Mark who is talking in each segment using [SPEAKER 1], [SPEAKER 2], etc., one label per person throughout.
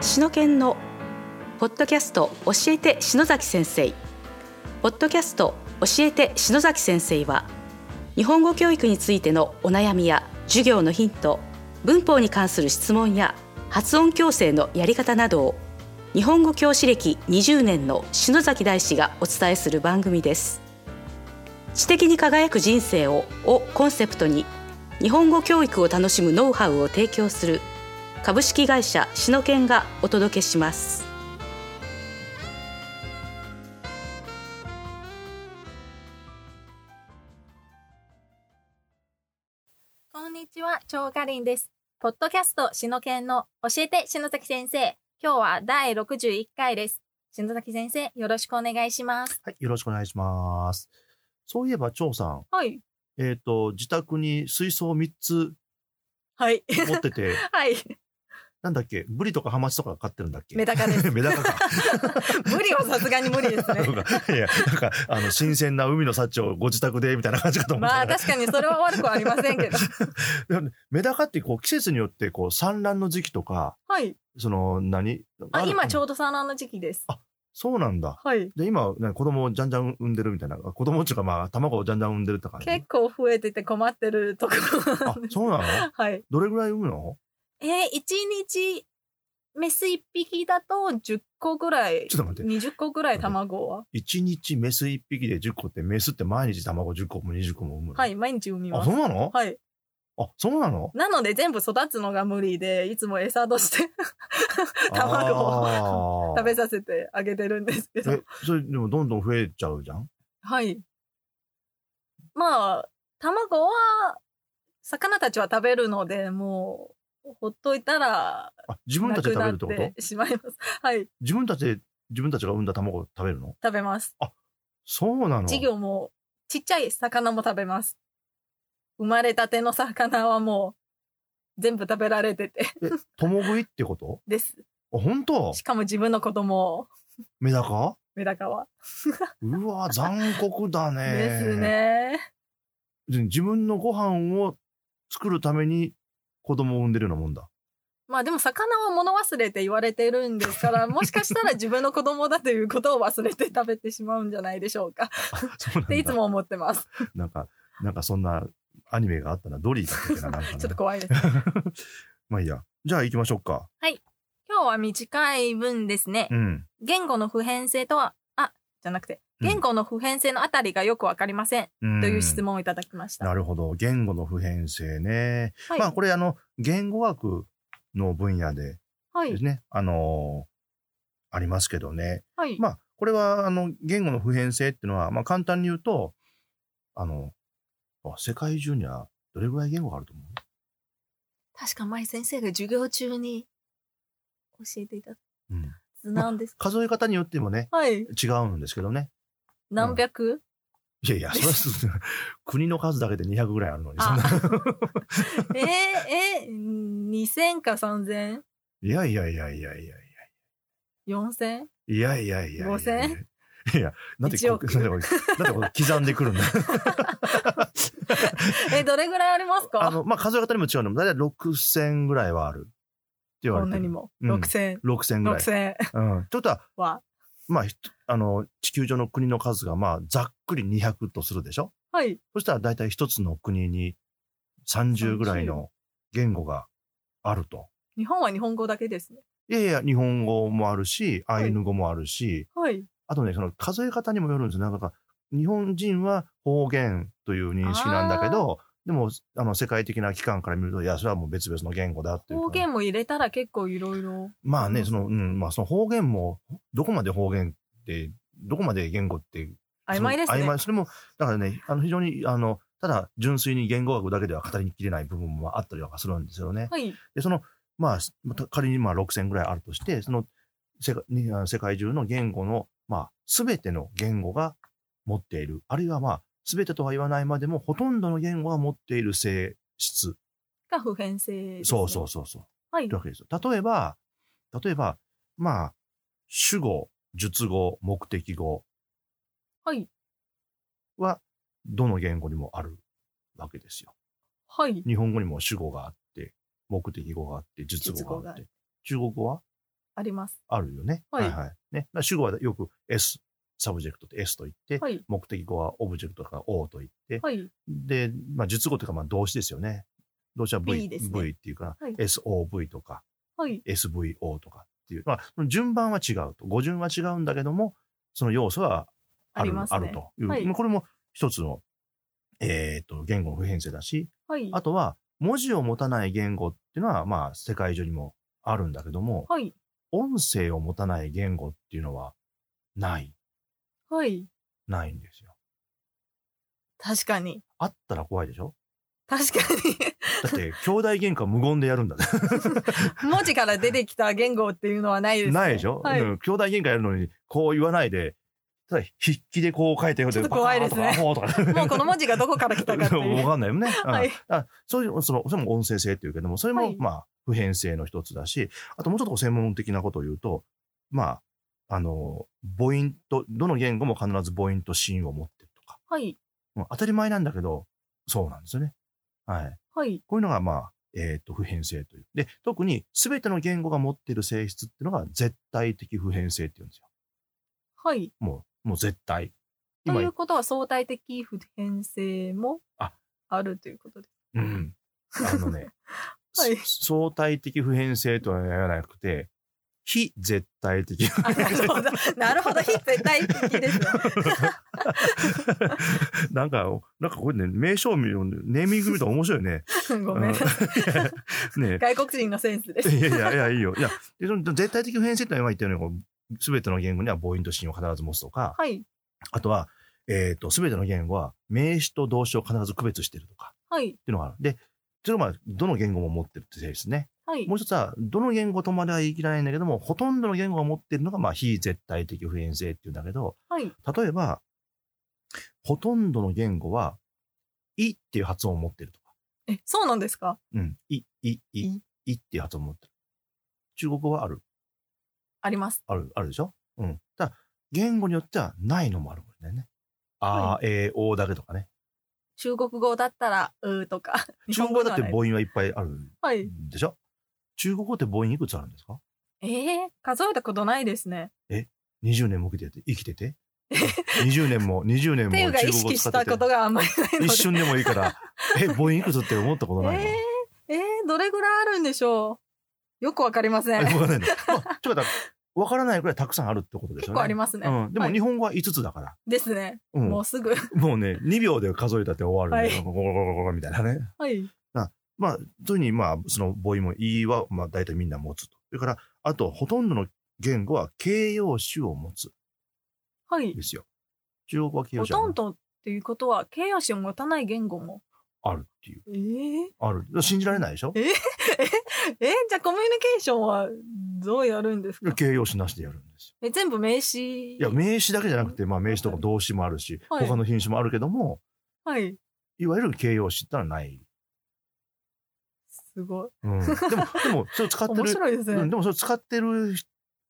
[SPEAKER 1] 篠研のポッドキャスト教えて篠崎先生ポッドキャスト教えて篠崎先生は日本語教育についてのお悩みや授業のヒント文法に関する質問や発音矯正のやり方などを日本語教師歴20年の篠崎大師がお伝えする番組です知的に輝く人生ををコンセプトに日本語教育を楽しむノウハウを提供する株式会社シノケンがお届けします
[SPEAKER 2] こんにちは、張かりんです。ポッドキャスト、しのけんの教えて、篠崎先生。今日は第61回です。篠崎先生、よろしくお願いします。
[SPEAKER 3] はい、よろしくお願いします。そういえば、張さん、
[SPEAKER 2] はい。
[SPEAKER 3] えっ、と、自宅に水槽3つ
[SPEAKER 2] はい。
[SPEAKER 3] 持ってて、
[SPEAKER 2] はい。
[SPEAKER 3] なんだっけ、ブリとかハマチとか飼ってるんだっけ
[SPEAKER 2] メダカです。
[SPEAKER 3] メダカか。
[SPEAKER 2] 無理はさすがに無理ですね
[SPEAKER 3] そ。うかいや、なんか、あの、新鮮な海の幸をご自宅で、みたいな感じかと思った
[SPEAKER 2] ま
[SPEAKER 3] か
[SPEAKER 2] あ
[SPEAKER 3] ら。
[SPEAKER 2] 確かにそれは悪くはありませんけ ど。
[SPEAKER 3] メダカって、こう、季節によって、こう、産卵の時期とか、
[SPEAKER 2] はい。
[SPEAKER 3] その、何
[SPEAKER 2] あ、今ち
[SPEAKER 3] ょ
[SPEAKER 2] ょうど産卵の時期です。
[SPEAKER 3] そうなんだ。
[SPEAKER 2] はい。
[SPEAKER 3] で、今、ね、子供をじゃんじゃん産んでるみたいな。子供っていうか、まあ、卵をじゃんじゃん産んでるって感じ。
[SPEAKER 2] 結構増えてて困ってるところな
[SPEAKER 3] あ
[SPEAKER 2] んで、す。
[SPEAKER 3] そうなの
[SPEAKER 2] はい。
[SPEAKER 3] どれぐらい産むの
[SPEAKER 2] えー、1日、メス1匹だと10個ぐらい
[SPEAKER 3] ちょ、っと待って。
[SPEAKER 2] 20個ぐらい卵は。
[SPEAKER 3] 一日メス一匹で10個って、メスって毎日卵10個も20個も産むの
[SPEAKER 2] はい、毎日産みま
[SPEAKER 3] あ、
[SPEAKER 2] す
[SPEAKER 3] そ。うなの
[SPEAKER 2] はい。
[SPEAKER 3] あ、そうなの
[SPEAKER 2] なので全部育つのが無理で、いつも餌として 卵を
[SPEAKER 3] を
[SPEAKER 2] 食べさせてあげてるんですけど
[SPEAKER 3] え。、それでもどんどん増えちゃうじゃん
[SPEAKER 2] はい。まあ、卵は、魚たちは食べるので、もう、ほっといたら、
[SPEAKER 3] あ、自分たちで食べるってこ
[SPEAKER 2] なくな
[SPEAKER 3] と
[SPEAKER 2] ってしまいます。はい、
[SPEAKER 3] 自分たちで、自分たちが産んだ卵を食べるの
[SPEAKER 2] 食べます。
[SPEAKER 3] そうなの
[SPEAKER 2] 稚魚も、ちっちゃい魚も食べます。生まれたての魚はもう、全部食べられてて
[SPEAKER 3] え、共食いってこと
[SPEAKER 2] です。
[SPEAKER 3] あ、本当
[SPEAKER 2] しかも自分の子供を、
[SPEAKER 3] メダカ
[SPEAKER 2] メダカは。
[SPEAKER 3] うわ、 残酷だね。
[SPEAKER 2] です。ね。
[SPEAKER 3] 自分のご飯を作るために子供を産んでるようなもんだ。
[SPEAKER 2] まあでも魚は物忘れって言われてるんです から、もしかしたら自分の子供だということを忘れて食べてしまうんじゃないでしょうか。
[SPEAKER 3] あそうなん
[SPEAKER 2] っていつ
[SPEAKER 3] だ。
[SPEAKER 2] も思ってます。
[SPEAKER 3] なんか、なんかそんなアニメがあったな。ドリーだったっけな。なんかな
[SPEAKER 2] ちょっと怖いです。
[SPEAKER 3] まあいいや。じゃあ行きましょうか。
[SPEAKER 2] 今日は短い分ですね
[SPEAKER 3] う。ん。
[SPEAKER 2] 言語の普遍性とは、あ、じゃなくて、
[SPEAKER 3] うん
[SPEAKER 2] 言語の普遍性のあたりがよくわかりません。
[SPEAKER 3] うん
[SPEAKER 2] という質問をいただきました。
[SPEAKER 3] なるほど。言語の普遍性ね。
[SPEAKER 2] はい。
[SPEAKER 3] まあこれあの、言語学の分野で
[SPEAKER 2] は
[SPEAKER 3] です
[SPEAKER 2] い。
[SPEAKER 3] ね、あのーありますけどね。
[SPEAKER 2] はい。
[SPEAKER 3] まあこれはあの、言語の普遍性っていうのは、まあ簡単に言うと、あの、あ世界中にはどれぐらい言語があると思う
[SPEAKER 2] 確か前先生が授業中に教えていたは
[SPEAKER 3] うん、
[SPEAKER 2] ずなんです。
[SPEAKER 3] 数え方によってもね、
[SPEAKER 2] はい。
[SPEAKER 3] 違うんですけどね。
[SPEAKER 2] 何百、
[SPEAKER 3] いやいや、それはす 国の数だけで200ぐらいあるのに、そんな。
[SPEAKER 2] えー、えー、2000か 3000?4000?
[SPEAKER 3] いやいやいやいやいや。いやいやいやいやいや。
[SPEAKER 2] 5000
[SPEAKER 3] いや、なんで
[SPEAKER 2] 1
[SPEAKER 3] こ、
[SPEAKER 2] 億
[SPEAKER 3] なんでこなんでこれ刻んでくるんだ。
[SPEAKER 2] え、どれぐ らいありますか
[SPEAKER 3] あの、まあ、数え方にも違うのも、だいたい6000ぐらいはある。って言わ
[SPEAKER 2] こ
[SPEAKER 3] れ
[SPEAKER 2] んな
[SPEAKER 3] て
[SPEAKER 2] に
[SPEAKER 3] る。
[SPEAKER 2] も。
[SPEAKER 3] うん
[SPEAKER 2] 6000、
[SPEAKER 3] 6000ぐらい。
[SPEAKER 2] 6000
[SPEAKER 3] うん。ってことは、
[SPEAKER 2] は。
[SPEAKER 3] まあ、ひとあの、地球上の国の数が、まあ、ざっくり200とするでしょ
[SPEAKER 2] はい。
[SPEAKER 3] そしたら、だいたい一つの国に30ぐらいの言語があると。
[SPEAKER 2] 日本は日本語だけですね。
[SPEAKER 3] いやいや、日本語もあるし、ア
[SPEAKER 2] い
[SPEAKER 3] イヌ語もあるし、
[SPEAKER 2] はい。
[SPEAKER 3] あとね、その数え方にもよるんですよ。なんか、日本人は方言という認識なんだけど、でも、あの、世界的な機関から見ると、いや、それはもう別々の言語だっていうか。
[SPEAKER 2] 方言も入れたら結構いろいろ。
[SPEAKER 3] まあね、その、うん、まあその方言も、どこまで方言って、どこまで言語って、
[SPEAKER 2] 曖昧です
[SPEAKER 3] その
[SPEAKER 2] ね。
[SPEAKER 3] 曖昧。それも、だからね、あの、非常に、あの、ただ、純粋に言語学だけでは語りきれない部分もあったりとかするんですよね。
[SPEAKER 2] はい。
[SPEAKER 3] で、その、まあ、また仮にまあ6000ぐらいあるとして、その、世界にあ世界中の言語の、まあ、すべての言語が持っている。あるいはまあ、すべてとは言わないまでも、ほとんどの言語が持っている性質。
[SPEAKER 2] が普遍性です、ね。
[SPEAKER 3] そうそう。そうそう。
[SPEAKER 2] はい
[SPEAKER 3] って。わけですよ。例えば、例えば、まあ、主語、述語、目的語
[SPEAKER 2] はい。
[SPEAKER 3] は、どの言語にもあるわけですよ。
[SPEAKER 2] はい。
[SPEAKER 3] 日本語にも主語があって、目的語があって、述語が
[SPEAKER 2] 述語が
[SPEAKER 3] あっ
[SPEAKER 2] あ
[SPEAKER 3] て。中国語は
[SPEAKER 2] あります。
[SPEAKER 3] あるよね。
[SPEAKER 2] はい
[SPEAKER 3] はい、はいね。だから主語はよく S、サブジェクトって S と言って、
[SPEAKER 2] はい。
[SPEAKER 3] 目的語はオブジェクトとか O と言って、
[SPEAKER 2] はい。
[SPEAKER 3] で、まあ、述語というかまあ動詞ですよね。動詞は V,
[SPEAKER 2] B ですね
[SPEAKER 3] v っていうから、
[SPEAKER 2] はい
[SPEAKER 3] SOV とか
[SPEAKER 2] はい。
[SPEAKER 3] SVO とかっていう、まあ、その順番は違うと、語順は違うんだけども、その要素は
[SPEAKER 2] あ
[SPEAKER 3] あ
[SPEAKER 2] り
[SPEAKER 3] る,、
[SPEAKER 2] ます
[SPEAKER 3] ある
[SPEAKER 2] ね。
[SPEAKER 3] という、
[SPEAKER 2] はい
[SPEAKER 3] まあこれも一つの、えー、と言語の普遍性だし、
[SPEAKER 2] はい。
[SPEAKER 3] あとは文字を持たない言語っていうのは、まあ、世界中にもあるんだけども、
[SPEAKER 2] はい。
[SPEAKER 3] 音声を持たない言語っていうのはない、
[SPEAKER 2] はい。
[SPEAKER 3] ないんですよ。
[SPEAKER 2] 確かに。
[SPEAKER 3] あったら怖いで しょ
[SPEAKER 2] 確か
[SPEAKER 3] だって、兄弟喧嘩無言でやるんだね。
[SPEAKER 2] に。 文字から出てきた言語っていうのはないです、ね。
[SPEAKER 3] ないでしょ、
[SPEAKER 2] はい。
[SPEAKER 3] うん兄弟喧嘩やるのに、こう言わないで、ただ筆記でこう書いてよ
[SPEAKER 2] ちょっと怖いですね
[SPEAKER 3] バカーとかアホー
[SPEAKER 2] も
[SPEAKER 3] とか
[SPEAKER 2] うこの文字がどこから来たか ってい
[SPEAKER 3] わ
[SPEAKER 2] う。
[SPEAKER 3] かんないよね。うん
[SPEAKER 2] はい
[SPEAKER 3] あそういう、その、それも音声性っていうけども、それ
[SPEAKER 2] は
[SPEAKER 3] も
[SPEAKER 2] い、
[SPEAKER 3] まあ、普遍性の一つだし、あともうちょっと専門的なことを言うと、まあ、あの、母音と、どの言語も必ず母音と子音を持ってるとか、
[SPEAKER 2] はい。
[SPEAKER 3] うん当たり前なんだけど、そうなんですよね。はい。
[SPEAKER 2] はい。
[SPEAKER 3] こういうのが、まあ、えっ、と、普遍性という。で、特に全ての言語が持っている性質っていうのが絶対的普遍性っていうんですよ。
[SPEAKER 2] はい。
[SPEAKER 3] もう、もう絶対。
[SPEAKER 2] と
[SPEAKER 3] 今
[SPEAKER 2] いうことは相対的普遍性も
[SPEAKER 3] あ
[SPEAKER 2] あるということです。
[SPEAKER 3] うん。あのね、
[SPEAKER 2] はい
[SPEAKER 3] そ相対的普遍性とは言わなくて、非絶対 的普
[SPEAKER 2] あ
[SPEAKER 3] 遍
[SPEAKER 2] なる
[SPEAKER 3] 性。
[SPEAKER 2] ほ ど。なるほど。非絶対的ですね。
[SPEAKER 3] なんか、なんかこれね、名称見るの、ネーミング見ると面白 いね。
[SPEAKER 2] ごめん。
[SPEAKER 3] うんね
[SPEAKER 2] 外国人のセンスです。
[SPEAKER 3] いやいやいや、いいよ。いや、でその絶対的普遍性ってのは今言ったように、すべての言語には母音と子音を必ず持つとか、
[SPEAKER 2] はい。
[SPEAKER 3] あとは、えっ、と、すべての言語は名詞と動詞を必ず区別してるとか、
[SPEAKER 2] はい。
[SPEAKER 3] っていうのがある。で、それはまあどの言語も持ってるって性質ね。
[SPEAKER 2] はい。
[SPEAKER 3] もう一つは、どの言語とまでは言い切らないんだけども、ほとんどの言語が持っているのが、まあ、非絶対的普遍性っていうんだけど、
[SPEAKER 2] はい。
[SPEAKER 3] 例えば、ほとんどの言語は、いっていう発音を持ってるとか、
[SPEAKER 2] え、そうなんですか
[SPEAKER 3] うん、い、い、い
[SPEAKER 2] い、
[SPEAKER 3] いっていう発音を持ってる。中国語はある、
[SPEAKER 2] あります。
[SPEAKER 3] ある、あるでしょうん。ただ、言語によってはないのもあるもんだよね。あ、えー、おだけとかね。
[SPEAKER 2] 中国語だったら、うーとか。
[SPEAKER 3] 中国語だって母
[SPEAKER 2] イ。
[SPEAKER 3] 音はいっぱいある
[SPEAKER 2] はい。
[SPEAKER 3] んでしょ中国語って母音いくつあるんですか
[SPEAKER 2] ええ数えたことないですね。
[SPEAKER 3] 20年も生きてて、生きてて。20年も、20年
[SPEAKER 2] っ
[SPEAKER 3] も
[SPEAKER 2] ていうか
[SPEAKER 3] 中
[SPEAKER 2] 意
[SPEAKER 3] 国語
[SPEAKER 2] 識
[SPEAKER 3] 使
[SPEAKER 2] し
[SPEAKER 3] ったて
[SPEAKER 2] こと
[SPEAKER 3] て。
[SPEAKER 2] があんまりないので。
[SPEAKER 3] 一瞬でもいいから、え、母音いくつって思ったことないの、
[SPEAKER 2] え えええどれぐらいあるんでしょうよくわかりません。
[SPEAKER 3] えわかんないの。まあちょっとだからわからないくらいたくさんあるってことでし
[SPEAKER 2] 結
[SPEAKER 3] ょうね。
[SPEAKER 2] 構ありますね。
[SPEAKER 3] うん。で
[SPEAKER 2] は
[SPEAKER 3] も
[SPEAKER 2] い
[SPEAKER 3] 日本語は5つだから。
[SPEAKER 2] ですね。
[SPEAKER 3] うん。
[SPEAKER 2] も
[SPEAKER 3] も
[SPEAKER 2] うすぐ。
[SPEAKER 3] うね、2秒で数えたって終わるんだ
[SPEAKER 2] は
[SPEAKER 3] よ。ゴロゴロゴロゴロみたいなね。
[SPEAKER 2] はい。
[SPEAKER 3] まあ、そういうふうに、まあ、その母音も、いは、まあ、大体みんな持つと。それから、あと、ほとんどの言語は形容詞を持つ
[SPEAKER 2] は
[SPEAKER 3] ん
[SPEAKER 2] い
[SPEAKER 3] で。すよ。中国語は形容
[SPEAKER 2] ほ
[SPEAKER 3] 詞は
[SPEAKER 2] とんどっていうことは、形容詞を持たない言語も。
[SPEAKER 3] あるっていう。
[SPEAKER 2] ええ
[SPEAKER 3] ある。信じられないでしょ
[SPEAKER 2] え えじゃあコミュニケーションはどうやるんですか
[SPEAKER 3] 形容詞なしでやるんですよ。
[SPEAKER 2] え全部名詞。
[SPEAKER 3] いや、名詞だけじゃなくて、まあ、名詞とか動詞もあるし、
[SPEAKER 2] はい
[SPEAKER 3] 他の品種もあるけども、
[SPEAKER 2] はい。
[SPEAKER 3] いわゆる形容詞ってのはない。
[SPEAKER 2] すごい。
[SPEAKER 3] うん、でも、でも、それを使って
[SPEAKER 2] 面
[SPEAKER 3] る、
[SPEAKER 2] 白いです
[SPEAKER 3] うん、
[SPEAKER 2] ね。
[SPEAKER 3] でもそれを使ってる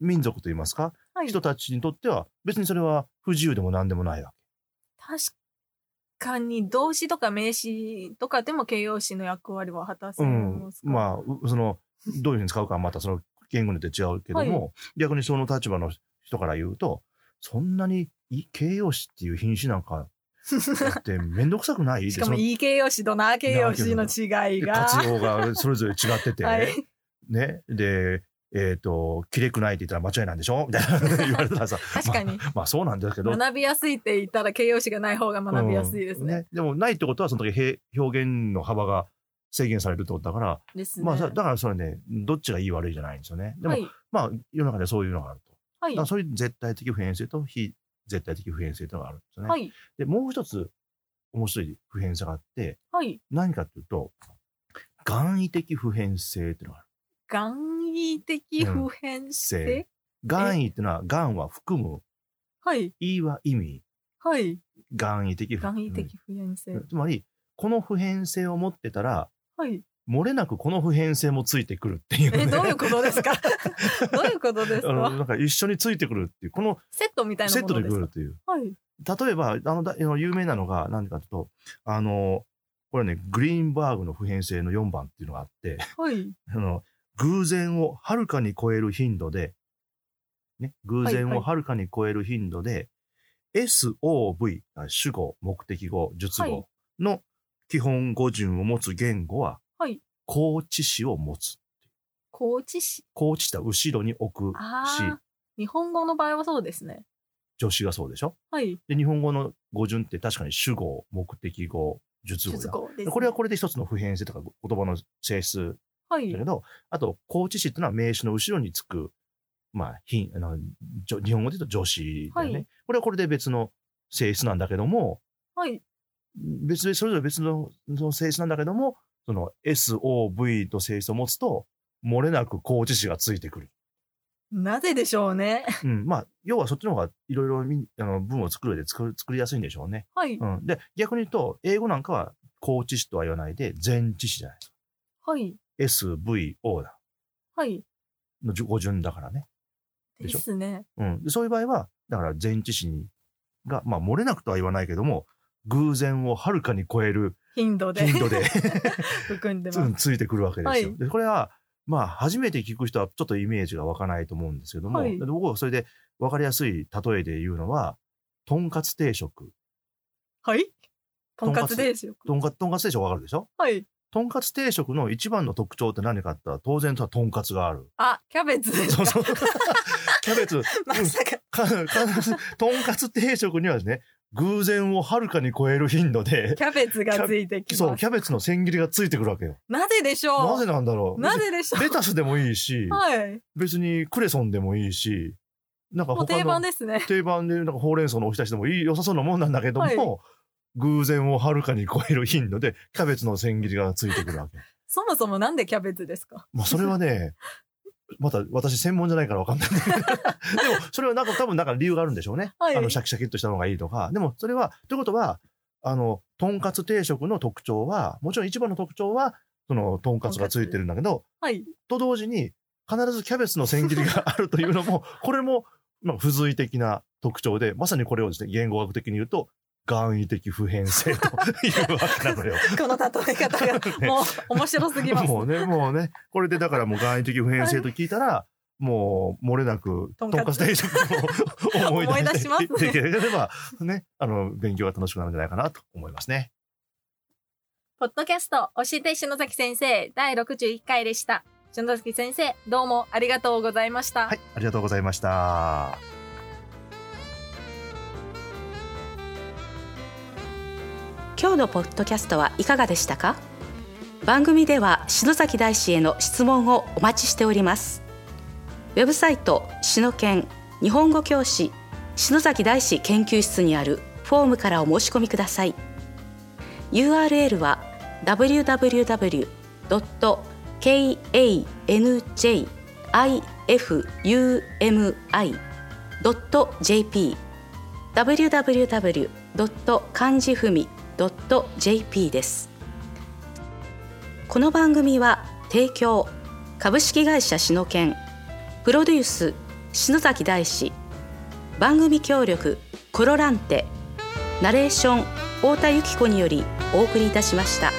[SPEAKER 3] 民族といいますか、
[SPEAKER 2] はい。
[SPEAKER 3] 人たちにとっては、別にそれは不自由でも何でもないわ
[SPEAKER 2] 確かに動詞とか名詞とかでも形容詞の役割は果た
[SPEAKER 3] け。
[SPEAKER 2] せ
[SPEAKER 3] う
[SPEAKER 2] ま
[SPEAKER 3] ん。
[SPEAKER 2] すか、
[SPEAKER 3] まあ、うその、どういうふうに使うかはまたその言語によって違うけども、逆にその立場の人から言うと、そんなにい形容詞っていう品種なんか、だってめんどくさくない
[SPEAKER 2] しかもいい形容詞とな形容詞の違い
[SPEAKER 3] で
[SPEAKER 2] が。
[SPEAKER 3] 活用がそれぞれ違ってて、
[SPEAKER 2] はい。
[SPEAKER 3] ね、で、えっ、と、きれくないって言ったら間違いなんでしょみたい な言われたらさ、
[SPEAKER 2] 確かに
[SPEAKER 3] まあ、まあそうなんですけど。
[SPEAKER 2] 学びやすいって言ったら形容詞がない方が学びやすいですね。
[SPEAKER 3] うんでもないってことは、その時へ表現の幅が制限されるってことだから、
[SPEAKER 2] ですね。
[SPEAKER 3] まあさだからそれね、どっちがいい悪いじゃないんですよね。でも、
[SPEAKER 2] はい。
[SPEAKER 3] まあ世の中でそういうのがあると。
[SPEAKER 2] はい
[SPEAKER 3] だから。そういう絶対的普遍性と非絶対的普遍性というのがあるんですよね。
[SPEAKER 2] はい。
[SPEAKER 3] で、もう一つ面白い普遍性があって、
[SPEAKER 2] はい。
[SPEAKER 3] 何かというと、願意的普遍性っていうのがある。
[SPEAKER 2] 願意的普遍
[SPEAKER 3] うん
[SPEAKER 2] 性、
[SPEAKER 3] 願意っていうのは、願は含む、
[SPEAKER 2] はい。
[SPEAKER 3] 意は意味、
[SPEAKER 2] はい。
[SPEAKER 3] 願意的普
[SPEAKER 2] 願意的普遍性。
[SPEAKER 3] うんつまり、この普遍性を持ってたら、
[SPEAKER 2] はい。
[SPEAKER 3] 漏れなくこの普遍性もついてくるっていう、ね。
[SPEAKER 2] え、どういうことです かどういうことです
[SPEAKER 3] あの
[SPEAKER 2] か
[SPEAKER 3] なんか一緒についてくるっていう、この
[SPEAKER 2] セットみたいな
[SPEAKER 3] セッ
[SPEAKER 2] も
[SPEAKER 3] ト
[SPEAKER 2] の
[SPEAKER 3] で
[SPEAKER 2] で
[SPEAKER 3] く
[SPEAKER 2] すか
[SPEAKER 3] るという。
[SPEAKER 2] はい。
[SPEAKER 3] 例えば、あのだあの、有名なのが、何かというと、あの、これね、グリーンバーグの普遍性の4番っていうのがあって、
[SPEAKER 2] はい。
[SPEAKER 3] あの、偶然をはるかに超える頻度で、ね、偶然
[SPEAKER 2] はい
[SPEAKER 3] を
[SPEAKER 2] はい
[SPEAKER 3] はるかに超える頻度で、SOV、あ主語、目的語、述
[SPEAKER 2] はい
[SPEAKER 3] 語の基本語順を持つ言語は、
[SPEAKER 2] はい
[SPEAKER 3] 高知詞を持つ。
[SPEAKER 2] 高知市。
[SPEAKER 3] 高知とは後ろに置くし、
[SPEAKER 2] ああ。日本語の場合はそうですね。
[SPEAKER 3] 助詞がそうでしょ
[SPEAKER 2] はい。
[SPEAKER 3] で、日本語の語順って確かに主語、目的語、述語
[SPEAKER 2] 術
[SPEAKER 3] だ。
[SPEAKER 2] 語です、
[SPEAKER 3] でこれはこれで一つの普遍性とか言葉の性質
[SPEAKER 2] は
[SPEAKER 3] だ
[SPEAKER 2] い
[SPEAKER 3] け。ど、あと、高知詞っていうのは名詞の後ろにつく、まあ、ひあのじょ日本語で言うと助詞だよね、
[SPEAKER 2] はい
[SPEAKER 3] これはこれで別の性質なんだけども、
[SPEAKER 2] はい。
[SPEAKER 3] 別々それぞれ別のその性質なんだけども、その SOV と性質を持つと、漏れなく高知詞がついて くる。
[SPEAKER 2] なぜでしょうね。
[SPEAKER 3] うん、まあ、要はそっちの方がいろいろみあの文を作る上で作る作りやすいんでしょうね。
[SPEAKER 2] はい。
[SPEAKER 3] うん、で、逆に言うと、英語なんかは高知詞とは言わないで、前置詞じゃないですか。
[SPEAKER 2] はい。
[SPEAKER 3] SVO だ
[SPEAKER 2] はい。
[SPEAKER 3] の語順だからね。
[SPEAKER 2] で
[SPEAKER 3] でしょ
[SPEAKER 2] すね。
[SPEAKER 3] うん、でそういう場合は、だから前置詞にが、まあ、漏れなくとは言わないけども、偶然をはるかに超える
[SPEAKER 2] 頻度で。
[SPEAKER 3] 頻度 で
[SPEAKER 2] 含んで
[SPEAKER 3] つ
[SPEAKER 2] ます。
[SPEAKER 3] ついてくるわけですよ。
[SPEAKER 2] はい
[SPEAKER 3] でこれは、まあ、初めて聞く人はちょっとイメージが湧かないと思うんですけども、
[SPEAKER 2] はい
[SPEAKER 3] で僕はそれで分かりやすい例えで言うのは、とんかつ定食。
[SPEAKER 2] はい。とんか
[SPEAKER 3] とんか
[SPEAKER 2] つ
[SPEAKER 3] つ
[SPEAKER 2] ですよ。
[SPEAKER 3] とんかとんかつ定食わかるでしょ
[SPEAKER 2] はい。
[SPEAKER 3] とんかつ定食の一番の特徴って何かって言ったら、当然とはとんかつがある。
[SPEAKER 2] あ、キャベツです
[SPEAKER 3] そ
[SPEAKER 2] か。
[SPEAKER 3] うそう。キャベツ、
[SPEAKER 2] まさか。
[SPEAKER 3] か 必ずとんかつ定食にはですね、偶然をはるかに超える頻度で、
[SPEAKER 2] キャベツがついてき
[SPEAKER 3] そう、
[SPEAKER 2] ます。
[SPEAKER 3] キャベツの千切りがついてくるわけよ。
[SPEAKER 2] なぜでし
[SPEAKER 3] な
[SPEAKER 2] ょ
[SPEAKER 3] ぜ
[SPEAKER 2] う。
[SPEAKER 3] なんだろう。
[SPEAKER 2] なぜでしょ
[SPEAKER 3] 別にレタスでもいいし
[SPEAKER 2] う。、はい。
[SPEAKER 3] 別にクレソンでもいいし、なんか
[SPEAKER 2] もう定
[SPEAKER 3] 他
[SPEAKER 2] 番
[SPEAKER 3] の
[SPEAKER 2] ですね。
[SPEAKER 3] 定番で、なんかほうれん草のおひたしでもいい、良さそうなもんなんだけども、
[SPEAKER 2] はい
[SPEAKER 3] 偶然をはるかに超える頻度で、キャベツの千切りがついてくるわけ。
[SPEAKER 2] そもそもなんでキャベツですか。
[SPEAKER 3] まあ、それは ね、また私専門じゃないからわかんないん だけど。でも、それはなんか多分なんか理由があるんでしょうね。
[SPEAKER 2] はい
[SPEAKER 3] あの、シャキシャキっとしたのがいいとか。でも、それは、ということは、あの、とんかつ定食の特徴は、もちろん一番の特徴は、その、とんかつがついてるんだけど、
[SPEAKER 2] はい。
[SPEAKER 3] と同時に、必ずキャベツの千切りがあるというのも、 これも、まあ、付随的な特徴で、まさにこれをですね、言語学的に言うと、願意的普遍性というわけな のよ。
[SPEAKER 2] この例え方 がもう面白すぎます。
[SPEAKER 3] もうね、もうね、これでだからもう簡易的普遍性と聞いたら、もう漏れなく、
[SPEAKER 2] とん
[SPEAKER 3] とん
[SPEAKER 2] か
[SPEAKER 3] か
[SPEAKER 2] つ
[SPEAKER 3] つ定食を思い
[SPEAKER 2] 思い出
[SPEAKER 3] 出
[SPEAKER 2] し
[SPEAKER 3] し
[SPEAKER 2] ます
[SPEAKER 3] て
[SPEAKER 2] ね
[SPEAKER 3] いただければ、ね、あの、勉強が楽しくなるんじゃないかなと思いますね。
[SPEAKER 2] ポッドキャスト教えて篠崎先生第61回でした。篠崎先生どうもありがとうございました。
[SPEAKER 3] はい、ありがとうございました。
[SPEAKER 1] 今日のポッドキャストはいかがでしたか番組では篠崎大師への質問をお待ちしておりますウェブサイトしのけん日本語教師篠崎大師研究室にあるフォームからお申し込みください URL は www.kanjifumi.jp www. 漢字ふみ .jp ですこの番組は提供株式会社しのけんプロデュース篠崎大志番組協力コロランテナレーション太田由紀子によりお送りいたしました。